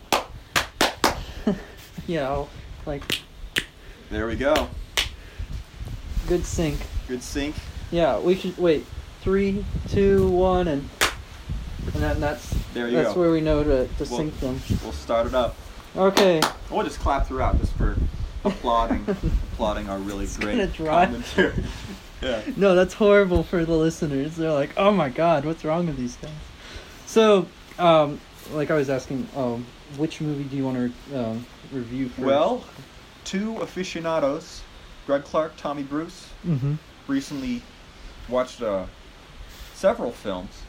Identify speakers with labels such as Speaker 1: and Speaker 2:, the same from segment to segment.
Speaker 1: you know, like
Speaker 2: There we go.
Speaker 1: good sync.
Speaker 2: Good sync.
Speaker 1: Yeah, we should wait. Three, two, one, and and that, that's
Speaker 2: There you
Speaker 1: that's
Speaker 2: go.
Speaker 1: where we know to, to
Speaker 2: Well-
Speaker 1: sync them.
Speaker 2: We'll start it up.
Speaker 1: Okay.
Speaker 2: And we'll just clap throughout just for applauding, applauding our really
Speaker 1: It's gonna
Speaker 2: great
Speaker 1: drive-
Speaker 2: commentary. yeah.
Speaker 1: No, that's horrible for the listeners. They're like, oh my god, what's wrong with these guys? So, um, like I was asking, um, which movie do you want to um, review first?
Speaker 2: Well, two aficionados, Greg Clark, Tommy Bruce,
Speaker 1: hmm
Speaker 2: recently watched uh, several films.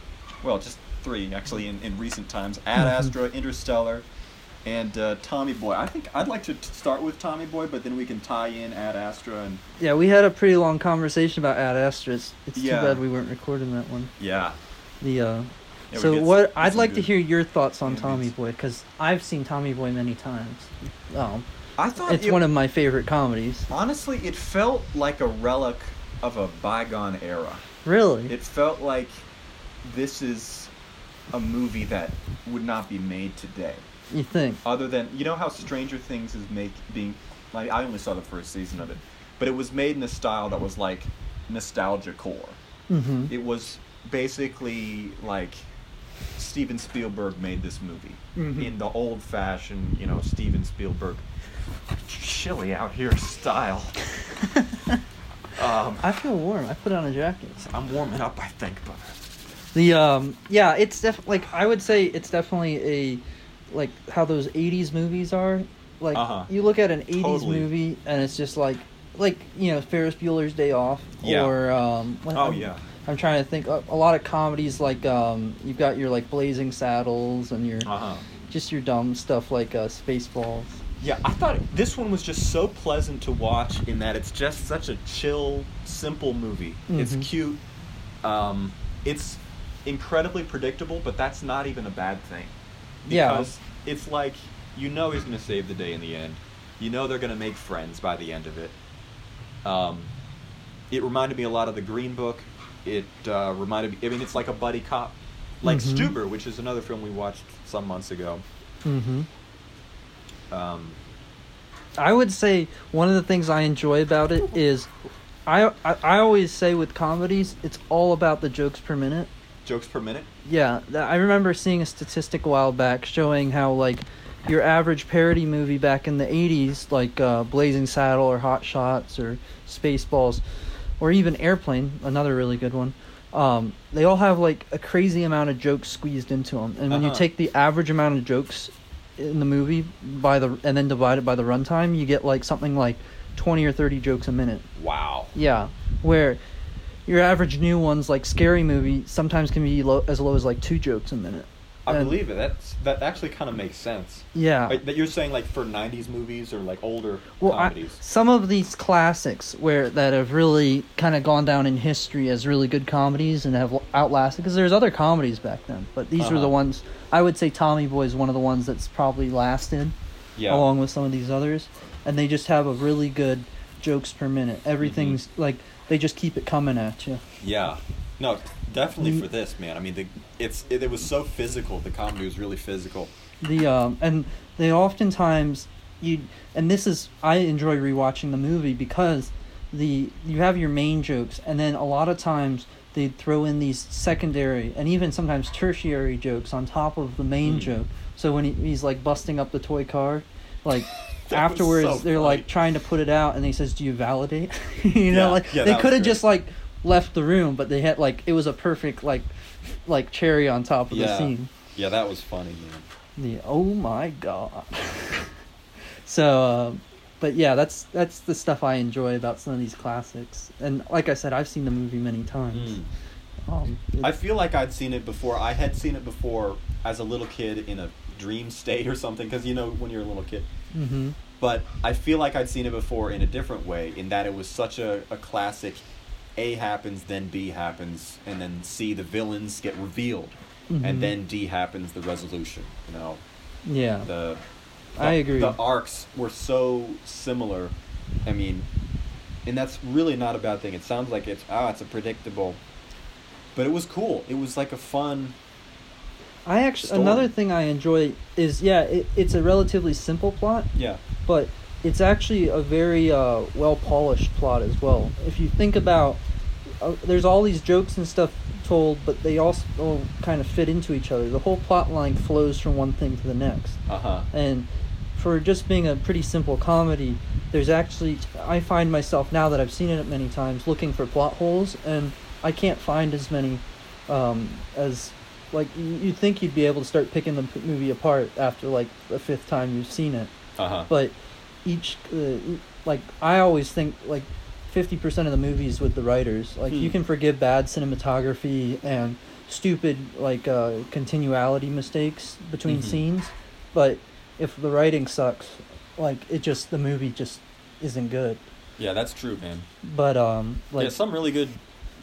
Speaker 2: Well, just three actually in, in recent times: Ad
Speaker 1: Mhm.
Speaker 2: Astra, Interstellar, and uh, Tommy Boy. I think I'd like to t- start with Tommy Boy, but then we can tie in Ad Astra and
Speaker 1: yeah, we had a pretty long conversation about Ad Astra. It's, it's
Speaker 2: Yeah.
Speaker 1: too bad we weren't recording that one.
Speaker 2: yeah.
Speaker 1: The uh,
Speaker 2: Yeah, we
Speaker 1: so
Speaker 2: get s-
Speaker 1: what
Speaker 2: get
Speaker 1: I'd
Speaker 2: some
Speaker 1: like to
Speaker 2: good-
Speaker 1: hear your thoughts on
Speaker 2: Yeah,
Speaker 1: Tommy
Speaker 2: it's-
Speaker 1: Boy because I've seen Tommy Boy many times. Um,
Speaker 2: I thought
Speaker 1: it's
Speaker 2: it-
Speaker 1: one of my favorite comedies.
Speaker 2: honestly, it felt like a relic of a bygone era.
Speaker 1: Really?
Speaker 2: It felt like this is a movie that would not be made today.
Speaker 1: you think?
Speaker 2: Other than you know how Stranger Things is make being like I only saw the first season of it, but it was made in a style that was like nostalgia core.
Speaker 1: Mm-hmm.
Speaker 2: It was basically like Steven Spielberg made this movie
Speaker 1: Mhm.
Speaker 2: in the old fashioned, you know, Steven Spielberg chilly out here style. um,
Speaker 1: I feel warm. I put on a jacket.
Speaker 2: I'm warming up, I think, but
Speaker 1: The um yeah, it's def like I would say it's definitely a like how those '80s movies are. Like
Speaker 2: Uh-huh.
Speaker 1: you look at an '80s
Speaker 2: Totally.
Speaker 1: movie and it's just like like you know Ferris Bueller's Day Off
Speaker 2: Yeah.
Speaker 1: or um what-
Speaker 2: oh
Speaker 1: I'm,
Speaker 2: yeah,
Speaker 1: I'm trying to think a, a lot of comedies like um you've got your like Blazing Saddles and your
Speaker 2: uh huh.
Speaker 1: just your dumb stuff like uh, Spaceballs.
Speaker 2: Yeah, I thought this one was just so pleasant to watch in that it's just such a chill, simple movie. It's
Speaker 1: Mhm.
Speaker 2: cute. Um, it's incredibly predictable, but that's not even a bad thing.
Speaker 1: Yeah.
Speaker 2: Because it's like you know he's going to save the day in the end. You know they're going to make friends by the end of it. Um, it reminded me a lot of The Green Book. It uh, reminded me. I mean, it's like a buddy cop, like
Speaker 1: Mhm.
Speaker 2: Stuber, which is another film we watched some months ago.
Speaker 1: Mm-hmm.
Speaker 2: Um,
Speaker 1: I would say one of the things I enjoy about it is, I, I I always say with comedies, it's all about the jokes per minute.
Speaker 2: jokes per minute.
Speaker 1: Yeah, th- I remember seeing a statistic a while back showing how like your average parody movie back in the '80s, like uh, Blazing Saddle or Hot Shots or Spaceballs, or even Airplane, another really good one. Um, they all have like a crazy amount of jokes squeezed into them, and when you
Speaker 2: Uh-huh.
Speaker 1: take the average amount of jokes in the movie by the and then divide it by the runtime, you get like something like twenty or thirty jokes a minute.
Speaker 2: Wow.
Speaker 1: Yeah, where your average new ones like scary movie sometimes can be low, as low as like two jokes a minute.
Speaker 2: I
Speaker 1: And-
Speaker 2: believe it. That's that actually kind of makes sense.
Speaker 1: Yeah.
Speaker 2: Like, that you're saying like for '90s movies or like older
Speaker 1: well, I,
Speaker 2: comedies.
Speaker 1: some of these classics where that have really kind of gone down in history as really good comedies and have outlasted because there's other comedies back then, but these were
Speaker 2: Uh-huh.
Speaker 1: the ones I would say Tommy Boy is one of the ones that's probably lasted
Speaker 2: yeah.
Speaker 1: along with some of these others, and they just have a really good jokes per minute. Everything's
Speaker 2: Mm-hmm.
Speaker 1: like they just keep it coming at you.
Speaker 2: Yeah. No, definitely
Speaker 1: Mm.
Speaker 2: for this man. I mean, the, it's it, it was so physical. The comedy was really physical.
Speaker 1: the um and they oftentimes you and this is I enjoy rewatching the movie because the you have your main jokes and then a lot of times they throw in these secondary and even sometimes tertiary jokes on top of the main
Speaker 2: Mm.
Speaker 1: joke. So when he, he's like busting up the toy car, like
Speaker 2: That was
Speaker 1: afterwards
Speaker 2: so
Speaker 1: they're like
Speaker 2: funny.
Speaker 1: trying to put it out and he says, "Do you validate?" you know,
Speaker 2: Yeah,
Speaker 1: like
Speaker 2: yeah,
Speaker 1: they
Speaker 2: that was
Speaker 1: could have
Speaker 2: great.
Speaker 1: just like left the room, but they had like it was a perfect like like cherry on top of the
Speaker 2: Yeah.
Speaker 1: scene.
Speaker 2: Yeah, that was funny, man.
Speaker 1: The oh my god. so, uh, but yeah, that's that's the stuff I enjoy about some of these classics. And like I said, I've seen the movie many times.
Speaker 2: Mm.
Speaker 1: Um,
Speaker 2: I feel like I'd seen it before. I had seen it before as a little kid in a dream state or something. Because you know when you're a little kid,
Speaker 1: hmm
Speaker 2: but I feel like I'd seen it before in a different way, in that it was such a, a classic A happens, then B happens, and then C, the villains get revealed,
Speaker 1: Mhm.
Speaker 2: and then D happens, the resolution. You know,
Speaker 1: Yeah,
Speaker 2: the,
Speaker 1: I
Speaker 2: the-
Speaker 1: agree.
Speaker 2: The arcs were so similar. I mean, and that's really not a bad thing. It sounds like it's, ah, it's a predictable. But it was cool. It was like a fun
Speaker 1: I actually
Speaker 2: story.
Speaker 1: another thing I enjoy is yeah, it, it's a relatively simple plot,
Speaker 2: Yeah.
Speaker 1: but it's actually a very uh, well polished plot as well. If you think about, uh, there's all these jokes and stuff told, but they also all kind of fit into each other. The whole plot line flows from one thing to the next,
Speaker 2: Uh huh.
Speaker 1: and for just being a pretty simple comedy, there's actually I find myself now that I've seen it many times looking for plot holes, and I can't find as many um, as like you- you'd think you'd be able to start picking the p- movie apart after like the fifth time you've seen it
Speaker 2: Uh huh.
Speaker 1: but each uh, e- like I always think like fifty percent of the movies with the writers like you can
Speaker 2: Hmm.
Speaker 1: forgive bad cinematography and stupid like uh, continuality mistakes between
Speaker 2: Mhm.
Speaker 1: scenes, but if the writing sucks, like it just the movie just isn't good.
Speaker 2: Yeah, that's true, man.
Speaker 1: But um like
Speaker 2: yeah, some really good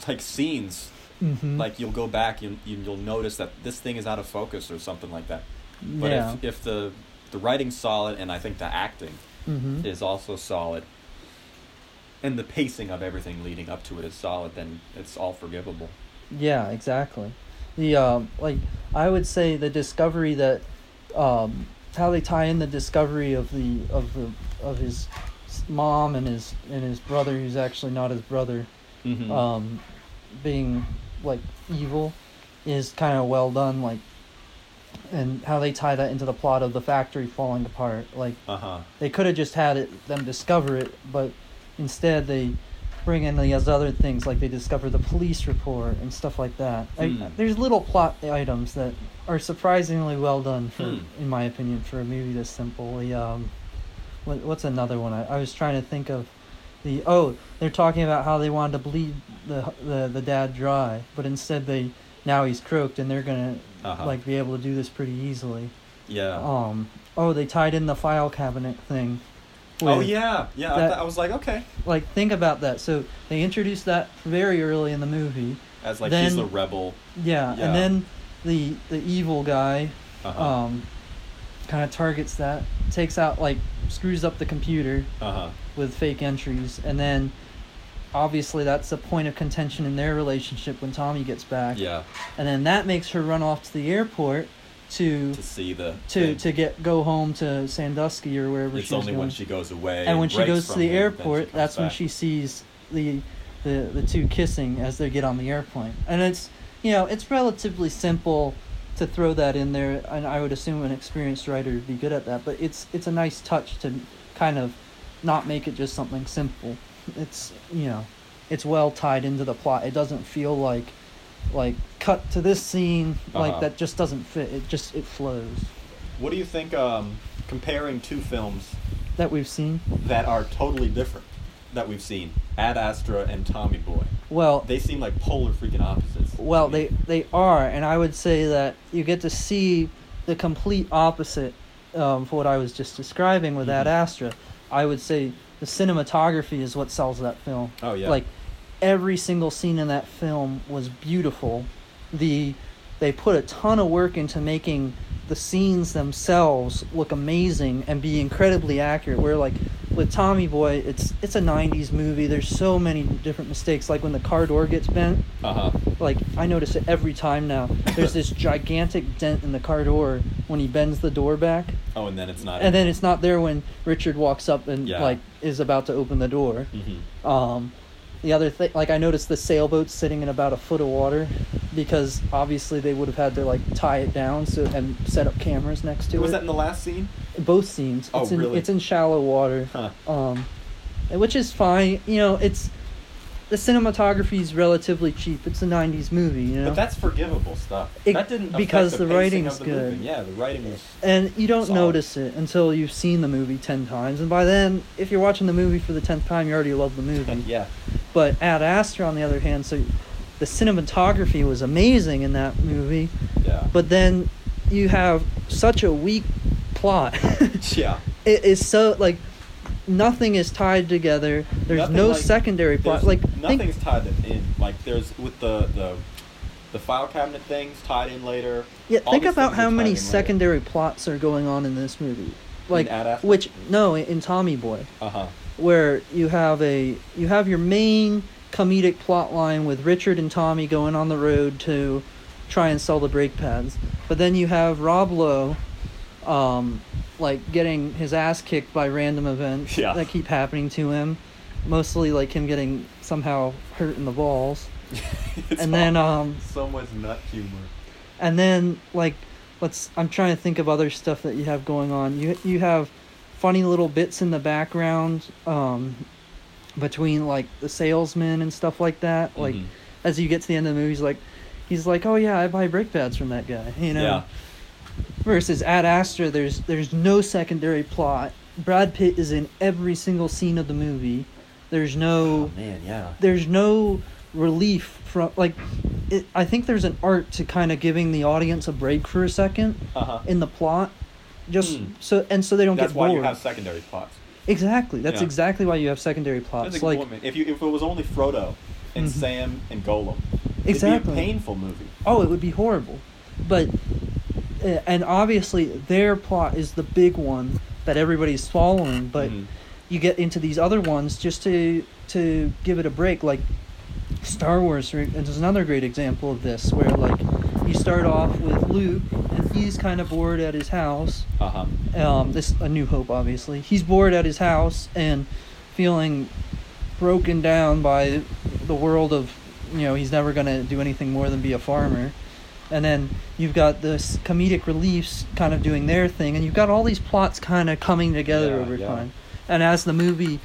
Speaker 2: like scenes.
Speaker 1: mhm.
Speaker 2: Like you'll go back and you, you'll notice that this thing is out of focus or something like that. But
Speaker 1: yeah
Speaker 2: if, if the the writing's solid and I think the acting
Speaker 1: mhm.
Speaker 2: is also solid, and the pacing of everything leading up to it is solid, then it's all forgivable.
Speaker 1: Yeah, exactly. The um, like I would say the discovery that um, how they tie in the discovery of the of the of his s- mom and his and his brother who's actually not his brother
Speaker 2: Mm-hmm.
Speaker 1: um, being like evil is kind of well done like and how they tie that into the plot of the factory falling apart like
Speaker 2: uh huh.
Speaker 1: they could have just had it them discover it, but instead they bring in these other things like they discover the police report and stuff like that. I-
Speaker 2: Hmm.
Speaker 1: there's little plot items that are surprisingly well done for,
Speaker 2: Hmm.
Speaker 1: in my opinion, for a movie this simple. The, um, what, what's another one? I, I was trying to think of the oh they're talking about how they wanted to bleed the the, the dad dry, but instead they now he's croaked and they're gonna
Speaker 2: Uh-huh.
Speaker 1: like be able to do this pretty easily.
Speaker 2: Yeah.
Speaker 1: Um. Oh, they tied in the file cabinet thing.
Speaker 2: oh
Speaker 1: with-
Speaker 2: yeah, yeah. I,
Speaker 1: that-
Speaker 2: th- I was like, okay,
Speaker 1: Like, think about that. So they introduced that very early in the movie.
Speaker 2: as like he's
Speaker 1: Then-
Speaker 2: the rebel.
Speaker 1: Yeah,
Speaker 2: Yeah.
Speaker 1: and then the the evil guy
Speaker 2: Uh-huh.
Speaker 1: um, kind of targets that, takes out like screws up the computer
Speaker 2: uh-huh.
Speaker 1: with fake entries, and then obviously that's a point of contention in their relationship when Tommy gets back.
Speaker 2: Yeah.
Speaker 1: And then that makes her run off to the airport to
Speaker 2: To see the
Speaker 1: to,
Speaker 2: thing.
Speaker 1: to get go home to Sandusky or wherever
Speaker 2: It's
Speaker 1: she was
Speaker 2: only
Speaker 1: going.
Speaker 2: when she goes away.
Speaker 1: and when she
Speaker 2: breaks
Speaker 1: goes to
Speaker 2: from
Speaker 1: the
Speaker 2: him, then
Speaker 1: airport,
Speaker 2: comes
Speaker 1: that's when
Speaker 2: back.
Speaker 1: she sees the, the the two kissing as they get on the airplane. And it's you know it's relatively simple to throw that in there, and I would assume an experienced writer would be good at that. But it's it's a nice touch to kind of not make it just something simple. It's you know it's well tied into the plot. It doesn't feel like like cut to this scene like
Speaker 2: Uh-huh.
Speaker 1: that just doesn't fit. It just it flows
Speaker 2: What do you think? Um, comparing two films
Speaker 1: that we've seen.
Speaker 2: that are totally different that we've seen, Ad Astra and Tommy Boy,
Speaker 1: Well,
Speaker 2: they seem like polar freaking opposites. to
Speaker 1: Well,
Speaker 2: me.
Speaker 1: they they are, and I would say that you get to see the complete opposite um, for what I was just describing with Ad
Speaker 2: Mhm.
Speaker 1: Astra. I would say the cinematography is what sells that film.
Speaker 2: Oh yeah.
Speaker 1: Like every single scene in that film was beautiful. The they put a ton of work into making the scenes themselves look amazing and be incredibly accurate. Where like with Tommy Boy, it's it's a '90s movie. There's so many different mistakes. Like when the car door gets bent,
Speaker 2: Uh huh.
Speaker 1: like I notice it every time now. There's this gigantic dent in the car door when he bends the door back,
Speaker 2: Oh, and then it's not.
Speaker 1: and then it's not there when Richard walks up and
Speaker 2: Yeah.
Speaker 1: like is about to open the door.
Speaker 2: hmm
Speaker 1: Um, the other thing, like I noticed the sailboat sitting in about a foot of water, because obviously they would have had to like tie it down so and set up cameras next to
Speaker 2: Was
Speaker 1: it.
Speaker 2: that in the last scene?
Speaker 1: Both scenes.
Speaker 2: Oh,
Speaker 1: it's in,
Speaker 2: really?
Speaker 1: It's in shallow water
Speaker 2: Huh.
Speaker 1: um, which is fine. You know, it's the cinematography is relatively cheap. It's a '90s movie, you know,
Speaker 2: But that's forgivable stuff.
Speaker 1: It-
Speaker 2: that didn't affect
Speaker 1: because the
Speaker 2: the, pacing
Speaker 1: writing's
Speaker 2: of the
Speaker 1: good.
Speaker 2: movie. Yeah, the writing was.
Speaker 1: and you don't
Speaker 2: solid.
Speaker 1: notice it until you've seen the movie ten times. And by then, if you're watching the movie for the tenth time, you already love the movie.
Speaker 2: yeah.
Speaker 1: But Ad Astra, on the other hand, so the cinematography was amazing in that movie,
Speaker 2: Yeah.
Speaker 1: but then you have such a weak plot.
Speaker 2: yeah.
Speaker 1: it is so like nothing is tied together. There's
Speaker 2: Nothing
Speaker 1: no
Speaker 2: like-
Speaker 1: secondary plot.
Speaker 2: There's-
Speaker 1: Like think-
Speaker 2: nothing's tied in. Like there's with the the the file cabinet things tied in later.
Speaker 1: Yeah,
Speaker 2: All
Speaker 1: think
Speaker 2: these
Speaker 1: about
Speaker 2: things
Speaker 1: how
Speaker 2: are tied in
Speaker 1: many
Speaker 2: later.
Speaker 1: secondary plots are going on in this movie. Like
Speaker 2: Ad Astra?
Speaker 1: which no, in- in Tommy Boy,
Speaker 2: Uh-huh.
Speaker 1: where you have a you have your main comedic plot line with Richard and Tommy going on the road to try and sell the brake pads. But then you have Rob Lowe, um, like getting his ass kicked by random events
Speaker 2: Yeah.
Speaker 1: that keep happening to him, mostly like him getting somehow hurt in the balls.
Speaker 2: It's
Speaker 1: And then,
Speaker 2: all-
Speaker 1: um,
Speaker 2: so much nut humor.
Speaker 1: And then like let's I'm trying to think of other stuff that you have going on. You you have funny little bits in the background um between like the salesmen and stuff like that. Like
Speaker 2: Mhm.
Speaker 1: as you get to the end of the movie he's like he's like, "Oh yeah, I buy brake pads from that guy." You know.
Speaker 2: Yeah.
Speaker 1: Versus Ad Astra there's there's no secondary plot. Brad Pitt is in every single scene of the movie. There's no
Speaker 2: Oh, man, yeah.
Speaker 1: there's no relief from like it, i think there's an art to kind of giving the audience a break for a second
Speaker 2: Uh-huh.
Speaker 1: in the plot just
Speaker 2: Hmm.
Speaker 1: so and so they don't
Speaker 2: That's
Speaker 1: get
Speaker 2: why
Speaker 1: bored
Speaker 2: you have secondary plots.
Speaker 1: exactly that's
Speaker 2: Yeah.
Speaker 1: exactly why you have secondary
Speaker 2: That's a
Speaker 1: plots
Speaker 2: good
Speaker 1: Uh, like
Speaker 2: point. If you if it was only Frodo and
Speaker 1: Mhm.
Speaker 2: Sam and Golem, it'd be
Speaker 1: Exactly.
Speaker 2: a painful movie.
Speaker 1: oh it would be horrible but uh, and obviously their plot is the big one that everybody's following but
Speaker 2: Mhm.
Speaker 1: you get into these other ones just to to give it a break like Star Wars re- is another great example of this where like you start off with Luke and he's kind of bored at his house
Speaker 2: Uh-huh.
Speaker 1: um this a new hope obviously he's bored at his house and feeling broken down by the world of you know he's never going to do anything more than be a farmer and then you've got this comedic reliefs kind of doing their thing and you've got all these plots kind of coming together
Speaker 2: Yeah,
Speaker 1: over
Speaker 2: yeah.
Speaker 1: time and as the movie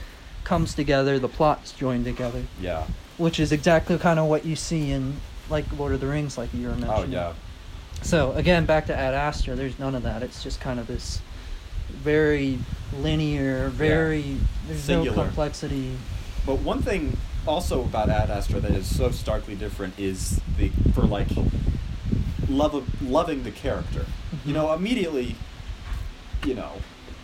Speaker 1: comes together the plots join together
Speaker 2: Yeah.
Speaker 1: which is exactly kind of what you see in like lord of the rings like you were mentioning
Speaker 2: Oh yeah.
Speaker 1: so again, back to Ad Astra. There's none of that. It's just kind of this very linear, very there's no
Speaker 2: Singular.
Speaker 1: complexity.
Speaker 2: But one thing also about Ad Astra that is so starkly different is the for like love of, loving the character.
Speaker 1: Mm-hmm.
Speaker 2: You know, immediately, you know,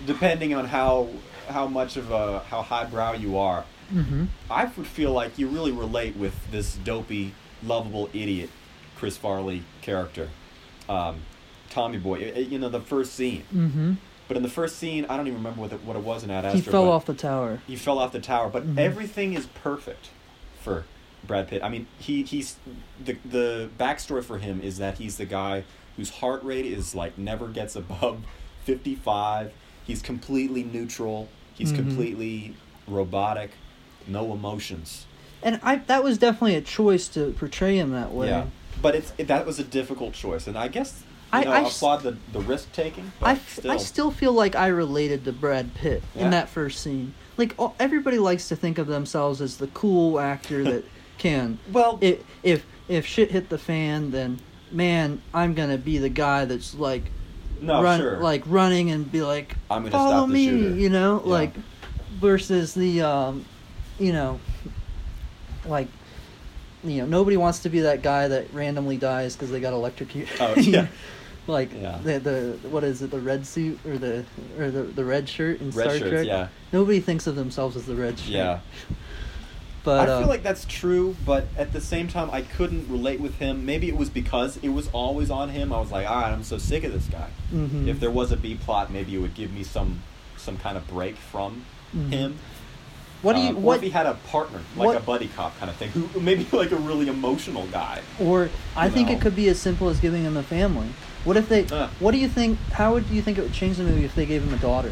Speaker 2: depending on how how much of a how highbrow you are,
Speaker 1: Mm-hmm.
Speaker 2: I would feel like you really relate with this dopey, lovable idiot, Chris Farley character, um, Tommy Boy. I- I- You know, the first scene.
Speaker 1: Mm-hmm.
Speaker 2: But in the first scene, I don't even remember what it, what it was in Ad Astra.
Speaker 1: He fell
Speaker 2: but-
Speaker 1: off the tower.
Speaker 2: he fell off the tower, but
Speaker 1: Mhm.
Speaker 2: everything is perfect for Brad Pitt. I mean, he he's the the backstory for him is that he's the guy whose heart rate is like never gets above fifty five. He's completely neutral. He's
Speaker 1: Mhm.
Speaker 2: completely robotic, no emotions.
Speaker 1: And I that was definitely a choice to portray him that way.
Speaker 2: Yeah, but it's it, that was a difficult choice, and I guess you
Speaker 1: I-
Speaker 2: know,
Speaker 1: I
Speaker 2: I,
Speaker 1: s-
Speaker 2: applaud the the risk taking.
Speaker 1: I,
Speaker 2: But
Speaker 1: f-
Speaker 2: still,
Speaker 1: I still feel like I related to Brad Pitt
Speaker 2: Yeah.
Speaker 1: in that first scene. Like all, everybody likes to think of themselves as the cool actor that can.
Speaker 2: Well-
Speaker 1: i if if shit hit the fan, then man, I'm gonna be the guy that's like,
Speaker 2: No,
Speaker 1: run,
Speaker 2: sure.
Speaker 1: like running and be like,
Speaker 2: I'm gonna
Speaker 1: follow
Speaker 2: stop the
Speaker 1: me,
Speaker 2: shooter.
Speaker 1: you know,
Speaker 2: Yeah.
Speaker 1: like versus the, um, you know, like. You know, nobody wants to be that guy that randomly dies because they got electrocuted.
Speaker 2: Oh, yeah.
Speaker 1: like
Speaker 2: Yeah.
Speaker 1: the the what is it the red suit or the or the, the red shirt in
Speaker 2: Red
Speaker 1: Star
Speaker 2: shirts,
Speaker 1: Trek?
Speaker 2: yeah.
Speaker 1: Nobody thinks of themselves as the red shirt.
Speaker 2: Yeah.
Speaker 1: But
Speaker 2: I
Speaker 1: uh,
Speaker 2: feel like that's true, but at the same time, I couldn't relate with him. Maybe it was because it was always on him. I was like, all right, I'm so sick of this guy.
Speaker 1: Mhm.
Speaker 2: If there was a B plot, maybe it would give me some some kind of break from
Speaker 1: Mhm.
Speaker 2: him.
Speaker 1: what do you
Speaker 2: Um, or
Speaker 1: what
Speaker 2: if he had a partner, like
Speaker 1: what-
Speaker 2: a buddy cop kind of thing, who maybe like a really emotional guy.
Speaker 1: or I
Speaker 2: you
Speaker 1: think
Speaker 2: know.
Speaker 1: it could be as simple as giving him a family. What if they?
Speaker 2: Uh.
Speaker 1: What do you think? How would you think it would change the movie if they gave him a daughter?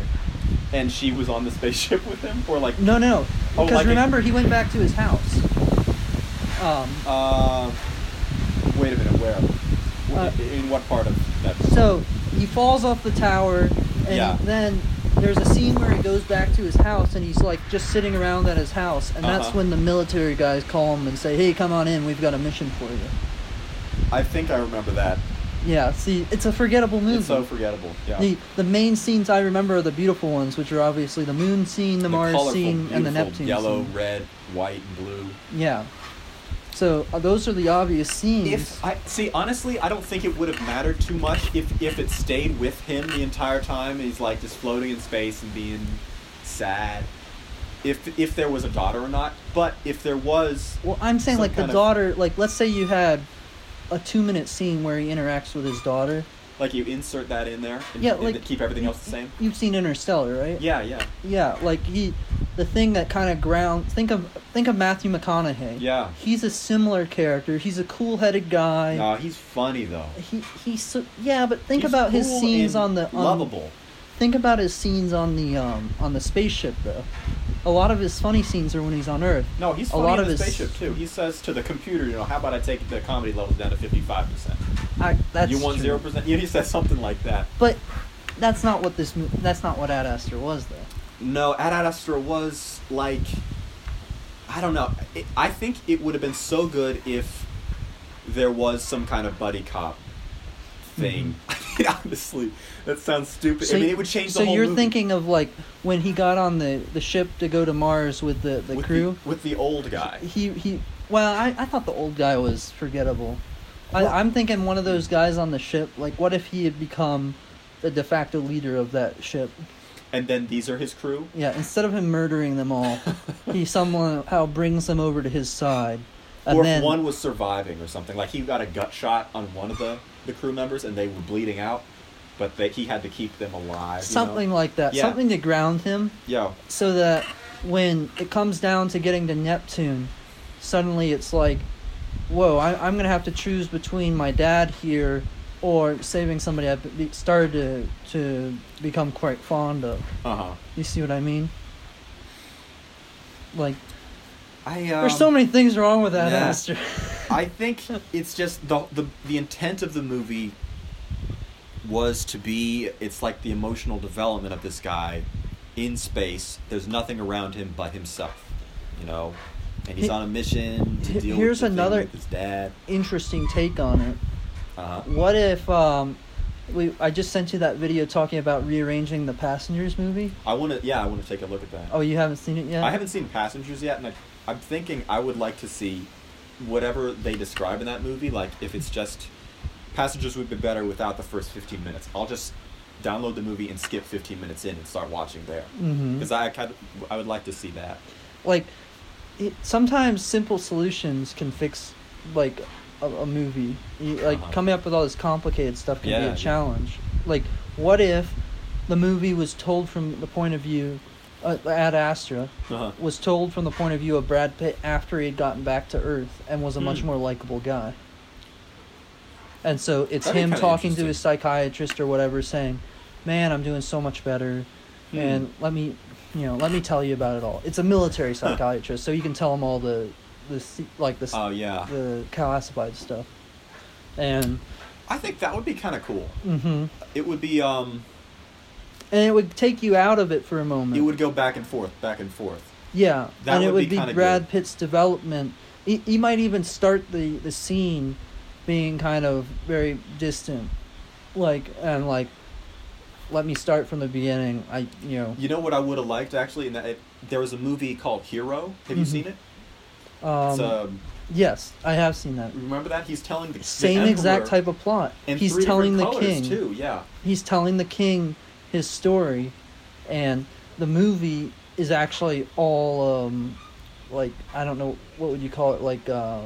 Speaker 2: And she was on the spaceship with him, or like
Speaker 1: No, no,
Speaker 2: Oh,
Speaker 1: because
Speaker 2: like a-
Speaker 1: remember he went back to his house. Um,
Speaker 2: Uh, wait a minute, where?
Speaker 1: Uh,
Speaker 2: in what part of that?
Speaker 1: So he falls off the tower, and
Speaker 2: Yeah.
Speaker 1: then there's a scene where he goes back to his house, and he's like just sitting around at his house, and that's
Speaker 2: Uh-huh.
Speaker 1: when the military guys call him and say, "Hey, come on in. We've got a mission for you."
Speaker 2: I think I remember that.
Speaker 1: Yeah, see, it's a forgettable movie.
Speaker 2: It's so forgettable. Yeah.
Speaker 1: the the main scenes I remember are the beautiful ones, which are obviously the moon scene, the, Mars
Speaker 2: colorful,
Speaker 1: scene, and the
Speaker 2: beautiful
Speaker 1: Neptune
Speaker 2: Yellow,
Speaker 1: scene.
Speaker 2: red, white, and blue.
Speaker 1: Yeah. So uh, those are the obvious scenes.
Speaker 2: If I see, honestly, I don't think it would have mattered too much if if it stayed with him the entire time. And he's like just floating in space and being sad. If if there was a daughter or not, but if there was,
Speaker 1: Well, I'm saying
Speaker 2: some
Speaker 1: like the
Speaker 2: kind of-
Speaker 1: daughter, like let's say you had a two minute scene where he interacts with his daughter.
Speaker 2: like you insert that in there, and,
Speaker 1: Yeah,
Speaker 2: and
Speaker 1: like-
Speaker 2: keep everything else the same.
Speaker 1: You've seen Interstellar, right?
Speaker 2: Yeah, yeah,
Speaker 1: Yeah, like he, the thing that kind of ground. Think of Think of Matthew McConaughey.
Speaker 2: Yeah.
Speaker 1: He's a similar character. He's a cool-headed guy.
Speaker 2: No, he's funny though.
Speaker 1: He he's so, yeah, but think
Speaker 2: He's
Speaker 1: about his
Speaker 2: cool
Speaker 1: scenes
Speaker 2: and
Speaker 1: on the on,
Speaker 2: lovable.
Speaker 1: Think about his scenes on the um on the spaceship though. A lot of his funny scenes are when he's on Earth.
Speaker 2: No, he's
Speaker 1: a
Speaker 2: funny
Speaker 1: lot
Speaker 2: in
Speaker 1: of
Speaker 2: the
Speaker 1: his-
Speaker 2: spaceship too. He says to the computer, you know, how about I take the comedy levels down to fifty-five percent?
Speaker 1: I, that's
Speaker 2: You want
Speaker 1: true.
Speaker 2: zero percent? You know, he says something like that.
Speaker 1: But that's not what this movie. That's not what Ad Astra was though.
Speaker 2: No, Ad Astra was like, I don't know. It, I think it would have been so good if there was some kind of buddy cop thing. Honestly, that sounds stupid. I mean, it would change
Speaker 1: Mm-hmm. so
Speaker 2: the whole.
Speaker 1: you're
Speaker 2: movie.
Speaker 1: thinking of like when he got on the, the ship to go to Mars with the, the
Speaker 2: with
Speaker 1: crew.
Speaker 2: with the old guy.
Speaker 1: he he. Well, I, I thought the old guy was forgettable. I,
Speaker 2: Well-
Speaker 1: I'm thinking one of those guys on the ship. Like, what if he had become the de facto leader of that ship?
Speaker 2: And then these are his crew.
Speaker 1: Yeah, instead of him murdering them all, he somehow brings them over to his side, and
Speaker 2: or
Speaker 1: then
Speaker 2: if one was surviving or something. Like he got a gut shot on one of the, the crew members and they were bleeding out, but they, he had to keep them alive. you know?
Speaker 1: something like that,
Speaker 2: Yeah.
Speaker 1: something to ground him.
Speaker 2: Yo,
Speaker 1: so that when it comes down to getting to Neptune, suddenly it's like, whoa, I, I'm gonna have to choose between my dad here or saving somebody I've be- started to to become quite fond of.
Speaker 2: uh huh.
Speaker 1: You see what I mean? Like,
Speaker 2: I um,
Speaker 1: there's so many things wrong with that
Speaker 2: yeah.
Speaker 1: answer.
Speaker 2: I think it's just the, the the intent of the movie was to be it's like the emotional development of this guy in space. There's nothing around him but himself, you know, and he's
Speaker 1: He-
Speaker 2: on a mission to
Speaker 1: he-
Speaker 2: deal
Speaker 1: here's
Speaker 2: with, the thing
Speaker 1: another-
Speaker 2: with his dad.
Speaker 1: Interesting take on it.
Speaker 2: Uh-huh.
Speaker 1: What if um, we? I just sent you that video talking about rearranging the passengers movie.
Speaker 2: I want to yeah, I want to take a look at that.
Speaker 1: Oh, you haven't seen it yet.
Speaker 2: I haven't seen Passengers yet, and I, I'm thinking I would like to see whatever they describe in that movie. Like, if it's just Passengers would be better without the first 15 minutes. I'll just download the movie and skip 15 minutes in and start watching there.
Speaker 1: Mm-hmm.
Speaker 2: Because I, kind of- I would like to see that.
Speaker 1: like it, sometimes simple solutions can fix like a, a movie You- like
Speaker 2: Uh-huh.
Speaker 1: coming up with all this complicated stuff can
Speaker 2: Yeah,
Speaker 1: be
Speaker 2: yeah.
Speaker 1: a challenge like what if the movie was told from the point of view uh, ad astra
Speaker 2: Uh-huh.
Speaker 1: was told from the point of view of brad pitt after he had gotten back to earth and was a much
Speaker 2: Hmm.
Speaker 1: more likable guy and so it's
Speaker 2: That'd be
Speaker 1: him
Speaker 2: kinda
Speaker 1: talking to his
Speaker 2: interesting.
Speaker 1: psychiatrist or whatever saying man i'm doing so much better
Speaker 2: Hmm.
Speaker 1: and let me you know let me tell you about it all it's a military psychiatrist so you can tell him all the the se- like the s-
Speaker 2: Oh, yeah.
Speaker 1: the classified stuff and
Speaker 2: I think that would be kind of cool.
Speaker 1: hmm
Speaker 2: It would be, um,
Speaker 1: and it would take you out of it for a moment
Speaker 2: it would go back and forth, back and forth.
Speaker 1: yeah
Speaker 2: that
Speaker 1: and it
Speaker 2: would
Speaker 1: would
Speaker 2: be
Speaker 1: be,
Speaker 2: kinda
Speaker 1: brad
Speaker 2: good.
Speaker 1: pitt's development he, he might even start the the scene being kind of very distant like and like let me start from the beginning i you know
Speaker 2: You know what I would have liked, actually? And that it, there was a movie called Hero. Have you
Speaker 1: Mhm.
Speaker 2: seen it?
Speaker 1: um,
Speaker 2: it's, um,
Speaker 1: yes i have seen that
Speaker 2: remember that? He's telling the the
Speaker 1: same exact
Speaker 2: emperor-
Speaker 1: type of plot
Speaker 2: And
Speaker 1: he's
Speaker 2: three
Speaker 1: telling the
Speaker 2: different
Speaker 1: king
Speaker 2: colors, too. Yeah,
Speaker 1: he's telling the king his story and the movie is actually all um like i don't know what would you call it like uh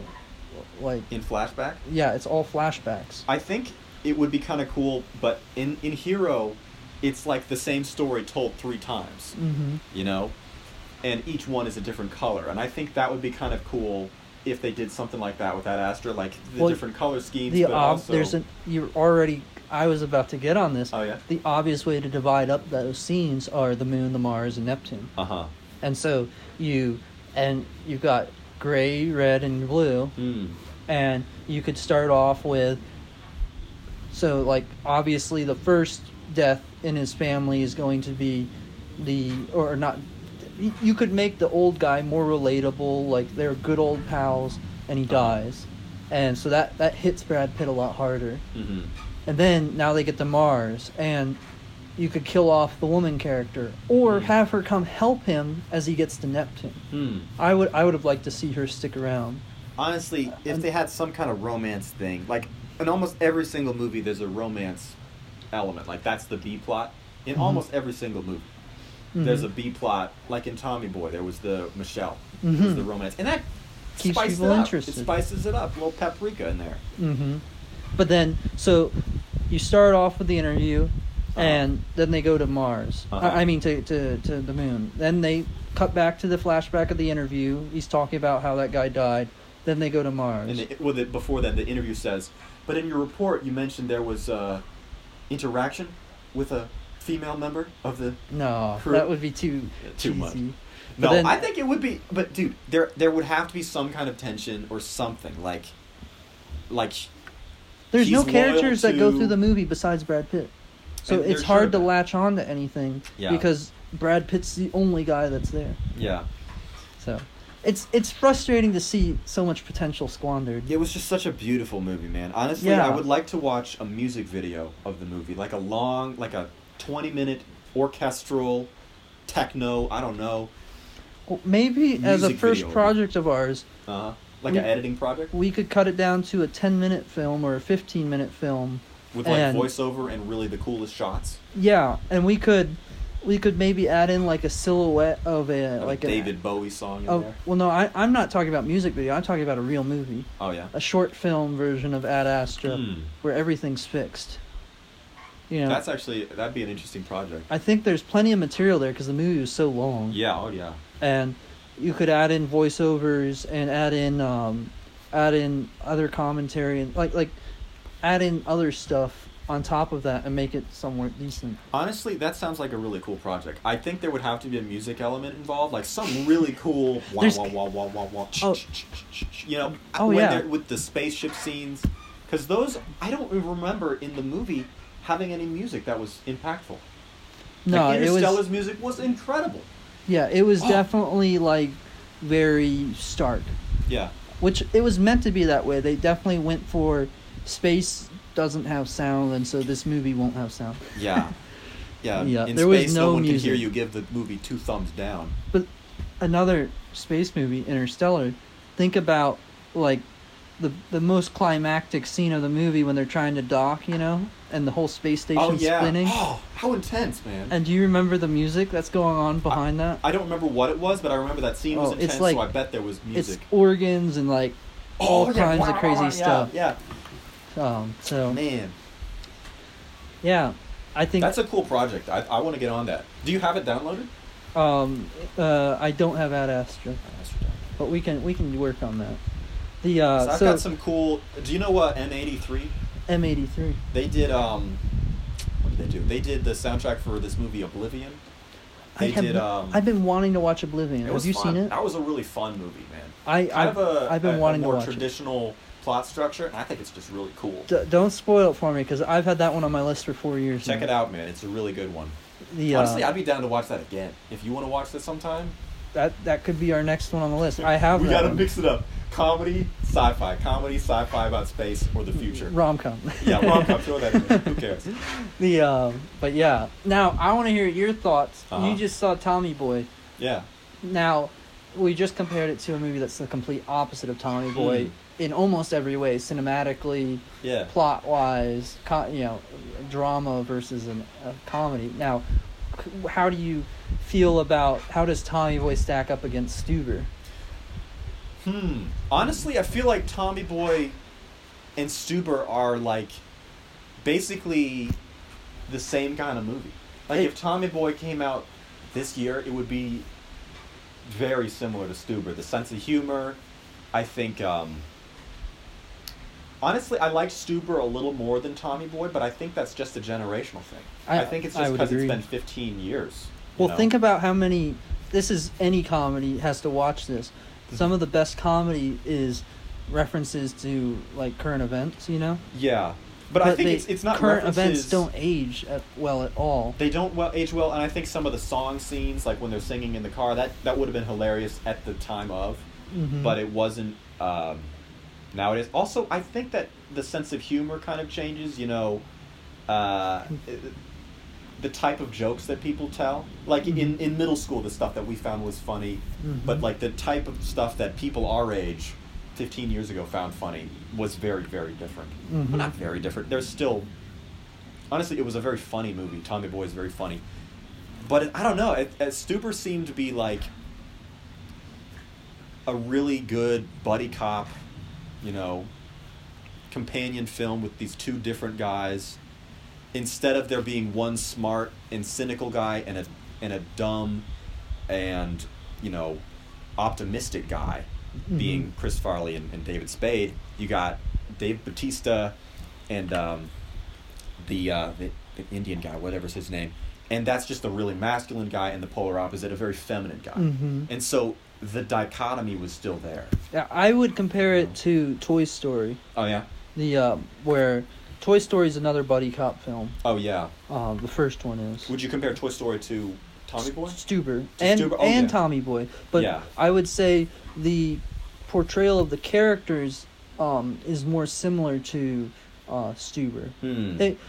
Speaker 1: like
Speaker 2: in flashback.
Speaker 1: yeah it's all flashbacks
Speaker 2: I think it would be kind of cool, but in in Hero, it's like the same story told three times.
Speaker 1: mm-hmm
Speaker 2: You know, and each one is a different color, and I think that would be kind of cool if they did something like that with that Astra, like the
Speaker 1: Well,
Speaker 2: different color schemes.
Speaker 1: the
Speaker 2: but
Speaker 1: ob-
Speaker 2: also,
Speaker 1: there's an you're already i was about to get on this
Speaker 2: oh yeah,
Speaker 1: the obvious way to divide up those scenes are the moon the mars and neptune
Speaker 2: uh huh.
Speaker 1: and so you and you've got gray red and blue
Speaker 2: Mm.
Speaker 1: and you could start off with so like obviously the first death in his family is going to be the or not y- you could make the old guy more relatable like they're good old pals and he dies and so that that hits brad pitt a lot harder
Speaker 2: Mm-hmm.
Speaker 1: and then now they get to mars and you could kill off the woman character or have her come help him as he gets to neptune
Speaker 2: Hmm.
Speaker 1: i would i would have liked to see her stick around
Speaker 2: Honestly, if they had some kind of romance thing, like in almost every single movie, there's a romance element. Like that's the B plot in
Speaker 1: Mhm.
Speaker 2: almost every single movie. There's
Speaker 1: Mhm.
Speaker 2: a B plot, like in Tommy Boy, there was the Michelle, there was
Speaker 1: Mhm.
Speaker 2: the romance, and that
Speaker 1: Keeps
Speaker 2: spices
Speaker 1: people
Speaker 2: it up.
Speaker 1: interested.
Speaker 2: It spices it up, a little paprika in there.
Speaker 1: Mm-hmm. hmm But then, so you start off with the interview, and then they go to Mars.
Speaker 2: Uh-huh.
Speaker 1: I I mean, to, to, to the moon. Then they cut back to the flashback of the interview. He's talking about how that guy died. Then they go to Mars.
Speaker 2: And it, well, the, before that, the interview says, but in your report, you mentioned there was uh, interaction with a female member of the.
Speaker 1: no,
Speaker 2: Cru-
Speaker 1: that would be too
Speaker 2: Too much.
Speaker 1: cheesy. But
Speaker 2: No,
Speaker 1: then-
Speaker 2: I think it would be, but dude, there there would have to be some kind of tension or something like, like.
Speaker 1: There's no
Speaker 2: He's loyal
Speaker 1: characters that go
Speaker 2: to-
Speaker 1: through the movie besides Brad Pitt. So
Speaker 2: And
Speaker 1: it's
Speaker 2: there
Speaker 1: hard
Speaker 2: should've
Speaker 1: to
Speaker 2: been.
Speaker 1: latch on to anything
Speaker 2: Yeah.
Speaker 1: because Brad Pitt's the only guy that's there.
Speaker 2: Yeah,
Speaker 1: So it's it's frustrating to see so much potential squandered.
Speaker 2: it was just such a beautiful movie, man. Honestly,
Speaker 1: Yeah.
Speaker 2: I would like to watch a music video of the movie, like a long, like a twenty minute orchestral, techno. I don't know,
Speaker 1: Well, maybe as a
Speaker 2: Music
Speaker 1: first
Speaker 2: video.
Speaker 1: project of ours,
Speaker 2: uh, like
Speaker 1: We-
Speaker 2: an editing project
Speaker 1: we could cut it down to a 10 minute film or a 15 minute film.
Speaker 2: with like
Speaker 1: and-
Speaker 2: voiceover and really the coolest shots.
Speaker 1: Yeah, and we could we could maybe add in like a silhouette of a
Speaker 2: Like
Speaker 1: like
Speaker 2: a
Speaker 1: an-
Speaker 2: David Bowie song in
Speaker 1: Oh,
Speaker 2: there.
Speaker 1: well no, I I'm not talking about music video. I'm talking about a real movie.
Speaker 2: Oh yeah.
Speaker 1: A short film version of Ad Astra.
Speaker 2: Hmm.
Speaker 1: where everything's fixed. You know,
Speaker 2: That's actually that'd be an interesting project.
Speaker 1: I think there's plenty of material there because the movie was so long.
Speaker 2: Yeah. Oh yeah.
Speaker 1: And you could add in voiceovers and add in um, add in other commentary and like like add in other stuff on top of that and make it somewhat decent.
Speaker 2: Honestly, that sounds like a really cool project. I think there would have to be a music element involved, like some really cool wah
Speaker 1: There's-
Speaker 2: wah wah wah wah wah. ch-
Speaker 1: Oh.
Speaker 2: ch- ch- ch- ch- You know,
Speaker 1: Oh,
Speaker 2: when
Speaker 1: yeah.
Speaker 2: they're- with the spaceship scenes, because those I don't remember in the movie having any music that was impactful.
Speaker 1: No, it
Speaker 2: like, Interstellar's
Speaker 1: was
Speaker 2: music was incredible.
Speaker 1: yeah, it was
Speaker 2: Oh.
Speaker 1: definitely like very stark.
Speaker 2: Yeah,
Speaker 1: which it was meant to be that way. They definitely went for space doesn't have sound, and so this movie won't have sound.
Speaker 2: yeah, yeah.
Speaker 1: Yeah,
Speaker 2: In
Speaker 1: there was
Speaker 2: space, no,
Speaker 1: no
Speaker 2: one
Speaker 1: music.
Speaker 2: can hear you give the movie two thumbs down.
Speaker 1: But another space movie, Interstellar, think about like the the most climactic scene of the movie when they're trying to dock, you know, and the whole space station
Speaker 2: oh yeah.
Speaker 1: spinning.
Speaker 2: Oh, how intense, man.
Speaker 1: And do you remember the music that's going on behind that?
Speaker 2: I don't remember what it was, but I remember that scene was
Speaker 1: Oh, it's
Speaker 2: intense,
Speaker 1: like-
Speaker 2: so I bet there was music.
Speaker 1: It's organs and like all kinds of crazy stuff.
Speaker 2: Yeah,
Speaker 1: Um, so
Speaker 2: man,
Speaker 1: yeah, I think
Speaker 2: that's a cool project. I, I want to get on that. Do you have it downloaded?
Speaker 1: um, uh, I don't have Ad Astra, but we can we can work on that. The
Speaker 2: So
Speaker 1: uh,
Speaker 2: I've
Speaker 1: so,
Speaker 2: got some cool. Do you know what M eighty three?
Speaker 1: M eighty three.
Speaker 2: They did um, what did they do? They did the soundtrack for this movie Oblivion.
Speaker 1: I
Speaker 2: They
Speaker 1: have
Speaker 2: did.
Speaker 1: no-
Speaker 2: Um,
Speaker 1: I've been wanting to watch Oblivion.
Speaker 2: It
Speaker 1: Have
Speaker 2: was
Speaker 1: you seen
Speaker 2: fun.
Speaker 1: it?
Speaker 2: That was a really fun movie, man.
Speaker 1: I
Speaker 2: Kind
Speaker 1: I've,
Speaker 2: of a
Speaker 1: I've been
Speaker 2: a- a
Speaker 1: wanting
Speaker 2: more
Speaker 1: to watch
Speaker 2: traditional plot structure, and I think it's just really cool.
Speaker 1: it. D- don't spoil it for me because I've had that one on my list for four years.
Speaker 2: Check
Speaker 1: now.
Speaker 2: it out, man. It's a really good one.
Speaker 1: The, uh,
Speaker 2: Honestly, I'd be down to watch that again. If you want to watch this sometime,
Speaker 1: that that could be our next one on the list. I have.
Speaker 2: we
Speaker 1: that
Speaker 2: gotta
Speaker 1: one.
Speaker 2: mix it up. Comedy, sci-fi, comedy, sci-fi about space or the future.
Speaker 1: rom com.
Speaker 2: Yeah, rom com. Throw that in. there. Who cares?
Speaker 1: The um, but yeah. Now I want to hear your thoughts.
Speaker 2: Uh-huh.
Speaker 1: You just saw Tommy Boy.
Speaker 2: Yeah.
Speaker 1: Now, we just compared it to a movie that's the complete opposite of Tommy Boy
Speaker 2: Mm.
Speaker 1: in almost every way, cinematically,
Speaker 2: Yeah.
Speaker 1: plot wise, co- you know, drama versus an, a comedy. Now, c- how do you feel about how does Tommy Boy stack up against Stuber?
Speaker 2: Hmm. Honestly, I feel like Tommy Boy and Stuber are like basically the same kind of movie. Like
Speaker 1: Hey.
Speaker 2: if Tommy Boy came out this year, it would be very similar to Stuber. The sense of humor, I think. Um, honestly, I liked Stuber a little more than Tommy Boy, but I think that's just a generational thing.
Speaker 1: I-
Speaker 2: I, think it's
Speaker 1: I
Speaker 2: just
Speaker 1: would
Speaker 2: because it's
Speaker 1: agree.
Speaker 2: been 15 years. you
Speaker 1: Well,
Speaker 2: know?
Speaker 1: think about how many. This is any comedy has to watch this.
Speaker 2: Mm-hmm.
Speaker 1: Some of the best comedy is references to like current events, you know.
Speaker 2: Yeah, but, I think
Speaker 1: they-
Speaker 2: it's it's not
Speaker 1: current
Speaker 2: references-
Speaker 1: events don't age at, well at all.
Speaker 2: They don't well age well, and I think some of the song scenes, like when they're singing in the car, that that would have been hilarious at the time of,
Speaker 1: Mhm.
Speaker 2: but it wasn't um, nowadays. Also, I think that the sense of humor kind of changes. You know, uh, the type of jokes that people tell. Like in
Speaker 1: Mhm.
Speaker 2: in middle school, the stuff that we found was funny, but
Speaker 1: Mhm.
Speaker 2: like the type of stuff that people our age, fifteen years ago, found funny was very very different.
Speaker 1: Mhm.
Speaker 2: Well, not very different. There's still honestly, it was a very funny movie. Tommy Boy is very funny, but it, I don't know. It, it, Stuber seemed to be like a really good buddy cop, you know, companion film with these two different guys, instead of there being one smart and cynical guy and a and a dumb and you know optimistic guy being
Speaker 1: Mhm.
Speaker 2: Chris Farley and, and David Spade, you got Dave Batista and um, the, uh, the the Indian guy, whatever's his name, and that's just a really masculine guy and the polar opposite, a very feminine guy,
Speaker 1: Mhm.
Speaker 2: and so the dichotomy was still there.
Speaker 1: Yeah, I would compare it to Toy Story,
Speaker 2: Oh yeah,
Speaker 1: the uh, where Toy Story is another buddy cop film.
Speaker 2: oh yeah.
Speaker 1: Uh, the first one is.
Speaker 2: Would you compare Toy Story to Tommy Boy?
Speaker 1: Stuber
Speaker 2: To
Speaker 1: and
Speaker 2: Stuber? Oh,
Speaker 1: and
Speaker 2: yeah.
Speaker 1: Tommy Boy, but
Speaker 2: Yeah.
Speaker 1: I would say the portrayal of the characters um, is more similar to uh, Stuber.
Speaker 2: Hmm.
Speaker 1: It,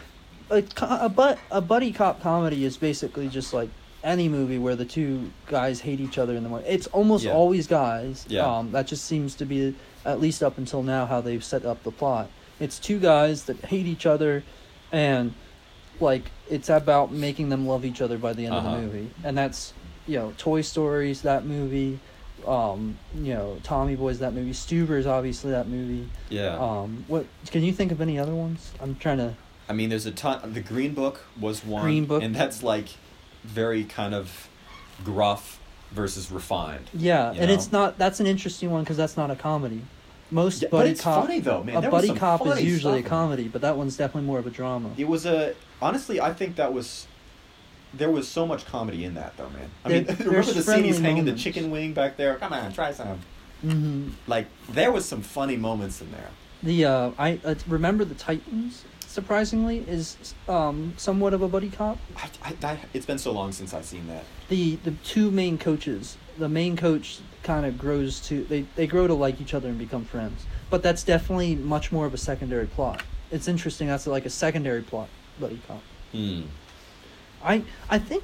Speaker 1: a, co- a, but, a buddy cop comedy is basically just like any movie where the two guys hate each other in the morning. It's almost
Speaker 2: Yeah.
Speaker 1: always guys.
Speaker 2: Yeah.
Speaker 1: Um, that just seems to be, at least up until now, how they've set up the plot. It's two guys that hate each other and like it's about making them love each other by the end of
Speaker 2: Uh-huh.
Speaker 1: the movie and that's you know toy stories that movie um you know tommy boys that movie stuber's obviously that movie
Speaker 2: yeah.
Speaker 1: um what can you think of any other ones i'm trying to
Speaker 2: I mean, there's a ton. The Green Book was one.
Speaker 1: Green Book.
Speaker 2: And that's like very kind of gruff versus refined.
Speaker 1: yeah
Speaker 2: You
Speaker 1: and
Speaker 2: know?
Speaker 1: it's not that's an interesting one because that's not a comedy most
Speaker 2: Yeah, but
Speaker 1: buddy
Speaker 2: it's
Speaker 1: cop
Speaker 2: funny, though, man.
Speaker 1: a
Speaker 2: There was
Speaker 1: buddy
Speaker 2: some
Speaker 1: cop is
Speaker 2: funny
Speaker 1: usually
Speaker 2: stuff.
Speaker 1: a comedy but that one's definitely more of a drama
Speaker 2: It was a. Honestly, I think that was. There was so much comedy in that, though, man. I mean,
Speaker 1: There-
Speaker 2: remember
Speaker 1: there's
Speaker 2: the scene he's
Speaker 1: friendly
Speaker 2: hanging
Speaker 1: moments.
Speaker 2: the chicken wing back there? Come on, try some.
Speaker 1: hmm
Speaker 2: Like, there was some funny moments in there.
Speaker 1: The uh, I uh, remember the Titans. Surprisingly, is um somewhat of a buddy cop.
Speaker 2: I, I, I- it's been so long since I've seen that.
Speaker 1: The the two main coaches. The main coach kind of grows to they they grow to like each other and become friends. But that's definitely much more of a secondary plot. It's interesting. That's like a secondary plot buddy cop.
Speaker 2: Hmm.
Speaker 1: I I think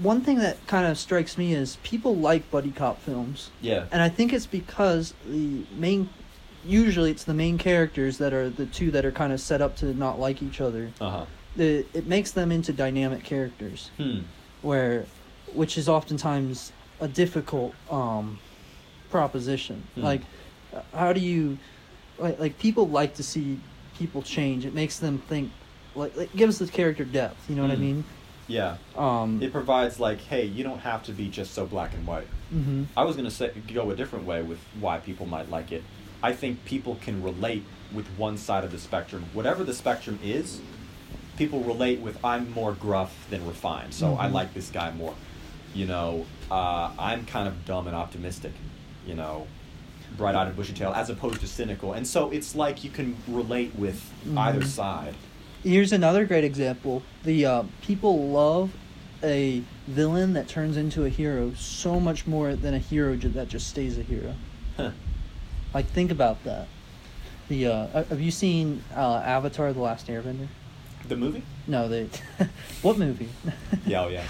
Speaker 1: one thing that kind of strikes me is people like buddy cop films.
Speaker 2: Yeah.
Speaker 1: And I think it's because the main, usually it's the main characters that are the two that are kind of set up to not like each other.
Speaker 2: Uh huh.
Speaker 1: The, it makes them into dynamic characters,
Speaker 2: Hmm.
Speaker 1: where, which is oftentimes a difficult um, proposition.
Speaker 2: Hmm.
Speaker 1: Like, uh, how do you, like, like people like to see people change. It makes them think, like, it gives the character depth. You know what I
Speaker 2: Hmm.
Speaker 1: mean?
Speaker 2: Yeah.
Speaker 1: Um,
Speaker 2: It provides, like, hey, you don't have to be just so black and white.
Speaker 1: mhm.
Speaker 2: I was gonna say go a different way with why people might like it. I think people can relate with one side of the spectrum, whatever the spectrum is. People relate with I'm more gruff than refined, so I
Speaker 1: Mhm.
Speaker 2: like this guy more. You know, uh, I'm kind of dumb and optimistic. You know, bright-eyed and bushy-tailed, as opposed to cynical. And so it's like you can relate with either
Speaker 1: Mhm.
Speaker 2: side.
Speaker 1: Here's another great example. The uh, people love a villain that turns into a hero so much more than a hero ju- that just stays a hero.
Speaker 2: Huh.
Speaker 1: Like think about that. The uh, uh, have you seen uh, Avatar: The Last Airbender?
Speaker 2: The movie?
Speaker 1: No, they. what movie?
Speaker 2: Yeah, oh yeah.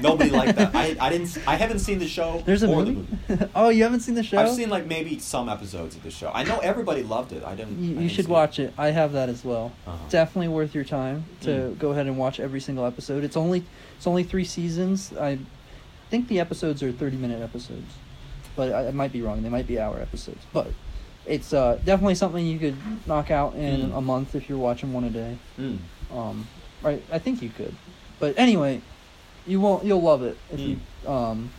Speaker 2: Nobody liked that. I, I didn't. s- I haven't seen the show
Speaker 1: There's a
Speaker 2: or
Speaker 1: movie.
Speaker 2: the movie.
Speaker 1: oh, you haven't seen the show?
Speaker 2: I've seen like maybe some episodes of the show. I know everybody loved it. I didn't. I
Speaker 1: You, you
Speaker 2: didn't
Speaker 1: should
Speaker 2: see
Speaker 1: watch it. I have that as well.
Speaker 2: Uh-huh.
Speaker 1: Definitely worth your time to
Speaker 2: Mm.
Speaker 1: go ahead and watch every single episode. It's only it's only three seasons. I think the episodes are thirty minute episodes, but I, I might be wrong. They might be hour episodes, but it's uh, definitely something you could knock out in
Speaker 2: Mm.
Speaker 1: a month if you're watching one a day.
Speaker 2: Mm.
Speaker 1: Um, right? I think you could, but anyway, you won't. You'll love it if you. Um,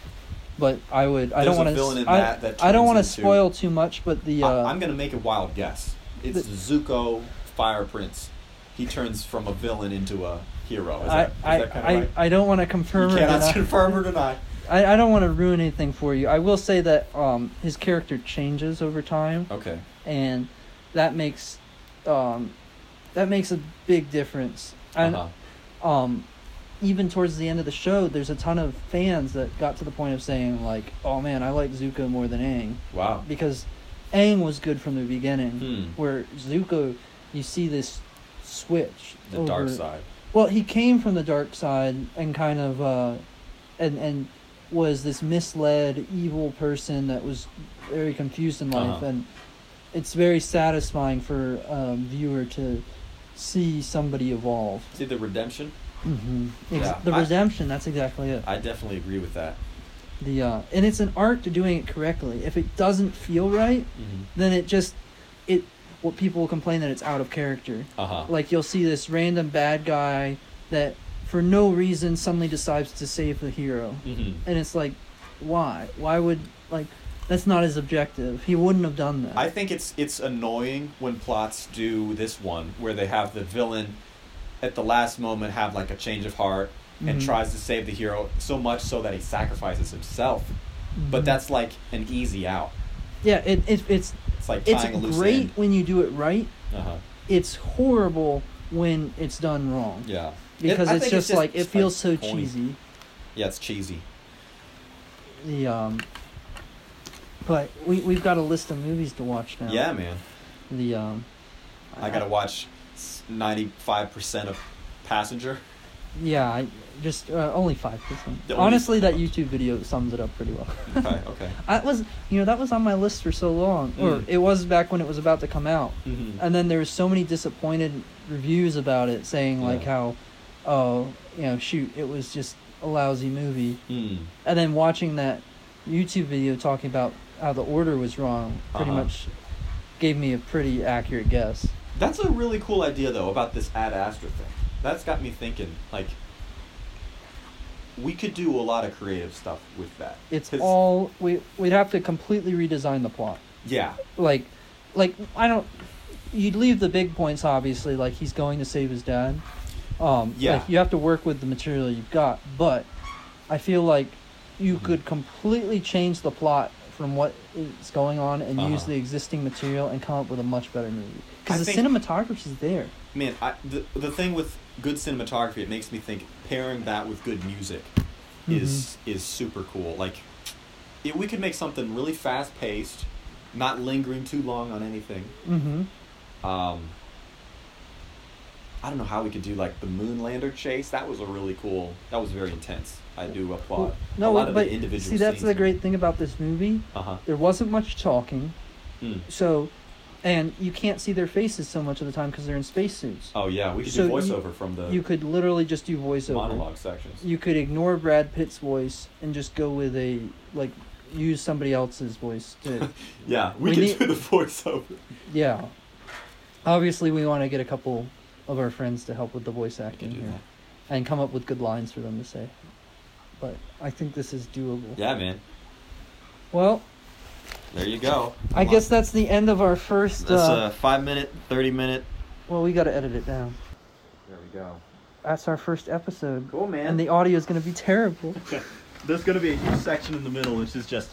Speaker 1: but I would. I
Speaker 2: Mm. There's
Speaker 1: don't
Speaker 2: a
Speaker 1: want
Speaker 2: villain in
Speaker 1: I,
Speaker 2: that that
Speaker 1: I don't
Speaker 2: turns
Speaker 1: want to
Speaker 2: into-
Speaker 1: spoil too much, but the. Uh,
Speaker 2: I, am gonna make a wild guess. It's
Speaker 1: The-
Speaker 2: Zuko Fire Prince. He turns from a villain into a hero. Is
Speaker 1: I,
Speaker 2: that, is
Speaker 1: I,
Speaker 2: that kind
Speaker 1: I,
Speaker 2: of right?
Speaker 1: I don't want to
Speaker 2: you
Speaker 1: confirm or
Speaker 2: cannot
Speaker 1: deny.
Speaker 2: confirm or deny.
Speaker 1: I, I don't want to ruin anything for you. I will say that um, his character changes over time,
Speaker 2: Okay.
Speaker 1: and that makes um, that makes a big difference. And
Speaker 2: Uh-huh.
Speaker 1: um, even towards the end of the show, there's a ton of fans that got to the point of saying like, "Oh man, I like Zuko more than Aang,"
Speaker 2: Wow.
Speaker 1: because Aang was good from the beginning.
Speaker 2: Hmm.
Speaker 1: Where Zuko, you see this switch.
Speaker 2: The dark
Speaker 1: over-
Speaker 2: side.
Speaker 1: well, he came from the dark side and kind of, uh, and and was this misled, evil person that was very confused in life,
Speaker 2: Uh-huh.
Speaker 1: and it's very satisfying for a viewer to see somebody evolve.
Speaker 2: See the redemption.
Speaker 1: hmm
Speaker 2: Yeah,
Speaker 1: the
Speaker 2: I-
Speaker 1: redemption. That's exactly it.
Speaker 2: I definitely agree with that.
Speaker 1: the uh, and it's an art to doing it correctly. If it doesn't feel right,
Speaker 2: Mm-hmm.
Speaker 1: then it just it what people will complain that it's out of character.
Speaker 2: Uh-huh.
Speaker 1: Like you'll see this random bad guy that for no reason suddenly decides to save the hero.
Speaker 2: Mm-hmm.
Speaker 1: And it's like why? Why would like that's not his objective. He wouldn't have done that.
Speaker 2: I think it's it's annoying when plots do this one where they have the villain at the last moment have like a change of heart and
Speaker 1: Mhm.
Speaker 2: tries to save the hero so much so that he sacrifices himself. But
Speaker 1: Mhm.
Speaker 2: that's like an easy out.
Speaker 1: yeah, it, it it's
Speaker 2: It's like
Speaker 1: it's
Speaker 2: tying a loose
Speaker 1: great
Speaker 2: end.
Speaker 1: when you do it right.
Speaker 2: Uh-huh.
Speaker 1: It's horrible when it's done wrong.
Speaker 2: Yeah. It-
Speaker 1: Because
Speaker 2: I
Speaker 1: it's,
Speaker 2: think
Speaker 1: just like it
Speaker 2: it's
Speaker 1: feels so
Speaker 2: corny.
Speaker 1: cheesy.
Speaker 2: Yeah, it's cheesy.
Speaker 1: The um but we we've got a list of movies to watch now.
Speaker 2: Yeah, man.
Speaker 1: The um
Speaker 2: I gotta watch ninety five percent of Passenger.
Speaker 1: Yeah, I just uh, only five percent.
Speaker 2: The only-
Speaker 1: Honestly, that YouTube video sums it up pretty well.
Speaker 2: Okay. Okay.
Speaker 1: That was, you know, that was on my list for so long, or
Speaker 2: Mm.
Speaker 1: it was back when it was about to come out,
Speaker 2: Mhm.
Speaker 1: and then there was so many disappointed reviews about it, saying like
Speaker 2: Yeah.
Speaker 1: how, oh, you know, shoot, it was just a lousy movie,
Speaker 2: Mm.
Speaker 1: and then watching that YouTube video talking about how the order was wrong, pretty
Speaker 2: Uh-huh.
Speaker 1: much gave me a pretty accurate guess.
Speaker 2: That's a really cool idea, though, about this Ad Astra thing. That's got me thinking, like, we could do a lot of creative stuff with that.
Speaker 1: It's
Speaker 2: 'Cause-
Speaker 1: all we we'd have to completely redesign the plot.
Speaker 2: Yeah.
Speaker 1: like like I don't you'd leave the big points obviously like he's going to save his dad. Um
Speaker 2: Yeah.
Speaker 1: like you have to work with the material you've got, but I feel like you
Speaker 2: Mhm.
Speaker 1: could completely change the plot from what is going on and use
Speaker 2: Uh-huh.
Speaker 1: the existing material and come up with a much better movie
Speaker 2: I
Speaker 1: because the
Speaker 2: think-
Speaker 1: cinematography's there.
Speaker 2: Man, I, the, the thing with good cinematography, it makes me think pairing that with good music
Speaker 1: Mm-hmm.
Speaker 2: is is super cool. Like, if we could make something really fast paced, not lingering too long on anything.
Speaker 1: Mm-hmm.
Speaker 2: Um, I don't know how we could do like the Moonlander chase. That was a really cool. That was very intense. I do applaud.
Speaker 1: Well,
Speaker 2: a
Speaker 1: no,
Speaker 2: lot of
Speaker 1: but
Speaker 2: the individual
Speaker 1: see that's
Speaker 2: scenes
Speaker 1: the
Speaker 2: were-
Speaker 1: great thing about this movie.
Speaker 2: Uh-huh.
Speaker 1: There wasn't much talking,
Speaker 2: Mm.
Speaker 1: so and you can't see their faces so much of the time because they're in spacesuits.
Speaker 2: Oh yeah, we could
Speaker 1: So
Speaker 2: do
Speaker 1: you-
Speaker 2: voiceover from the
Speaker 1: You could literally just do voiceover.
Speaker 2: monologue sections.
Speaker 1: You could ignore Brad Pitt's voice and just go with a like use somebody else's voice to
Speaker 2: yeah, we,
Speaker 1: we
Speaker 2: could
Speaker 1: need-
Speaker 2: do the voiceover.
Speaker 1: yeah. Obviously, we want to get a couple of our friends to help with the voice acting
Speaker 2: do
Speaker 1: here
Speaker 2: that.
Speaker 1: and come up with good lines for them to say. But I think this is doable.
Speaker 2: Yeah, man.
Speaker 1: Well,
Speaker 2: There you go.
Speaker 1: I guess that's the end of our first.
Speaker 2: that's
Speaker 1: Uh,
Speaker 2: a five minute, thirty minute.
Speaker 1: well, we got to edit it down.
Speaker 2: There we go.
Speaker 1: That's our first episode,
Speaker 2: Cool, man.
Speaker 1: and the audio is going to be terrible.
Speaker 2: There's gonna be a huge section in the middle, which is just